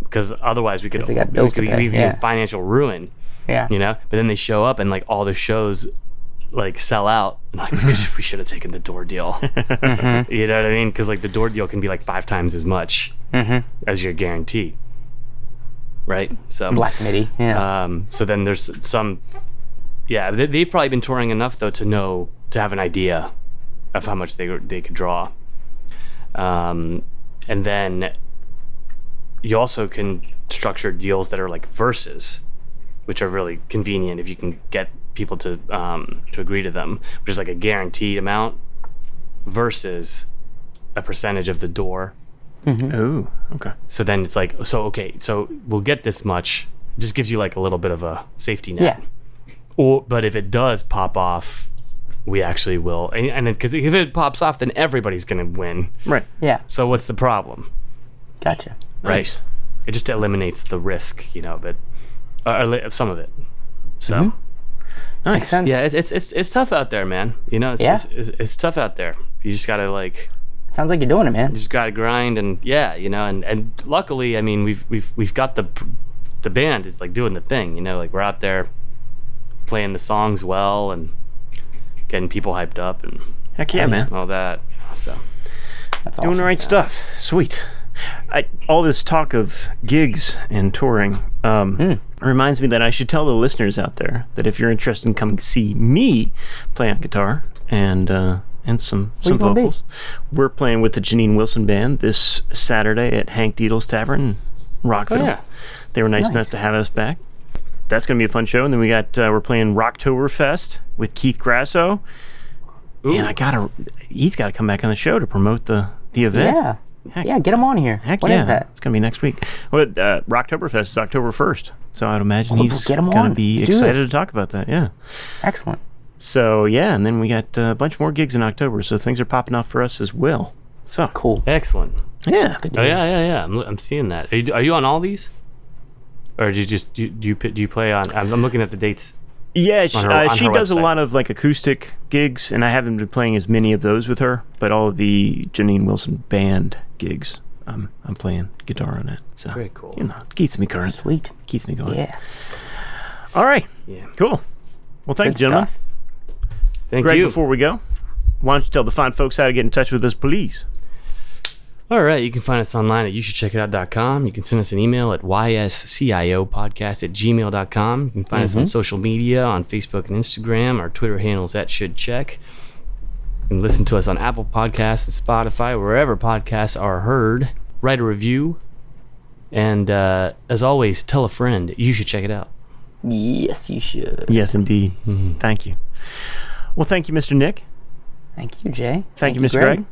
because otherwise we could,
they got
we
bills to
could
pay,
be in
yeah.
financial ruin.
Yeah.
you know but then they show up and like all the shows like sell out and like we, should, we should have taken the door deal you know what i mean because like the door deal can be like five times as much as your guarantee right so
Black MIDI. Yeah.
um so then there's some yeah they, they've probably been touring enough though to know to have an idea of how much they were- they could draw um and then you also can structure deals that are like verses which are really convenient if you can get people to um, to agree to them, which is like a guaranteed amount versus a percentage of the door.
Ooh, okay.
So then it's like, so okay, so we'll get this much. Just gives you like a little bit of a safety net.
yeah.
Or, but if it does pop off, we actually will. And and because if it pops off, then everybody's gonna win.
Right.
Yeah.
So what's the problem,
Gotcha.
right?
Nice.
It just eliminates the risk, you know, but or, li- some of it. So.
Makes sense.
Yeah, it's it's it's, it's tough out there, man. You know, it's,
Yeah.
it's, it's it's tough out there. You just gotta like,
Sounds like you're doing it, man.
just gotta grind and yeah, you know. And and luckily, I mean, we've we've we've got the the band is like doing the thing. You know, like we're out there playing the songs well and getting people hyped up and
Heck yeah, man.
all that. So
That's
Doing
awesome.
the right stuff. Sweet. I, all this talk of gigs and touring um,
Hmm.
reminds me that I should tell the listeners out there that if you're interested in coming to see me play on guitar and uh, and some some
you gonna be?
vocals, we're playing with the Janine Wilson Band this Saturday at Hank Deedle's Tavern, in Rockville.
yeah.
They were nice, enough
Oh, Nice.
to have us back. That's going to be a fun show. And then we got uh, we're playing Rocktoberfest with Keith Grasso, and I gotta he's got to come back on the show to promote the the event.
Yeah. Yeah. Get them on here.
Heck
When
yeah.
is that?
It's going to be next week. Well, uh, Rocktoberfest is October 1st. So I'd imagine he's
Oh, get 'em
going
on.
to be
Let's do
excited
this.
to talk about that. Yeah.
Excellent.
So, yeah. And then we got uh, a bunch more gigs in October. So things are popping off for us as well. So,
Cool.
excellent.
yeah.
Oh yeah, yeah, yeah. I'm, I'm seeing that. Are you, are you on all these? Or do you just do you, do you pi- do you play on? I'm, I'm looking at the dates.
Yeah. She,
On her-
uh,
on
she
her
does a
website.
lot of like acoustic gigs. And I haven't been playing as many of those with her, but all of the Janine Wilson band gigs, I'm, I'm playing guitar on it. So,
Very cool.
You know, keeps me current.
Sweet.
Keeps me going.
Yeah.
All right.
Yeah.
Cool. Well,
Good
thanks, gentlemen.
stuff.
Thank
Greg,
you.
before we go, why don't you tell the fine folks how to get in touch with us, please?
All right, you can find us online at youshouldcheckitout.com. You can send us an email at ysciopodcast at gmail.com. You can find us on social media on Facebook and Instagram. Our Twitter handles at shouldcheck. You can listen to us on Apple Podcasts and Spotify, wherever podcasts are heard. Write a review. And uh, as always, tell a friend. You should check it out.
Yes, you should.
Yes, indeed. Thank you. Well, thank you, Mr. Nick.
Thank you, Jay.
Thank, you, Mr. Greg.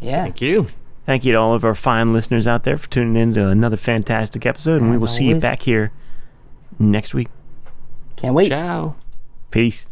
Yeah.
Thank you.
Thank you to all of our fine listeners out there for tuning in to another fantastic episode, and we
As
will see you
always.
back here next week.
Can't wait.
Ciao.
Peace.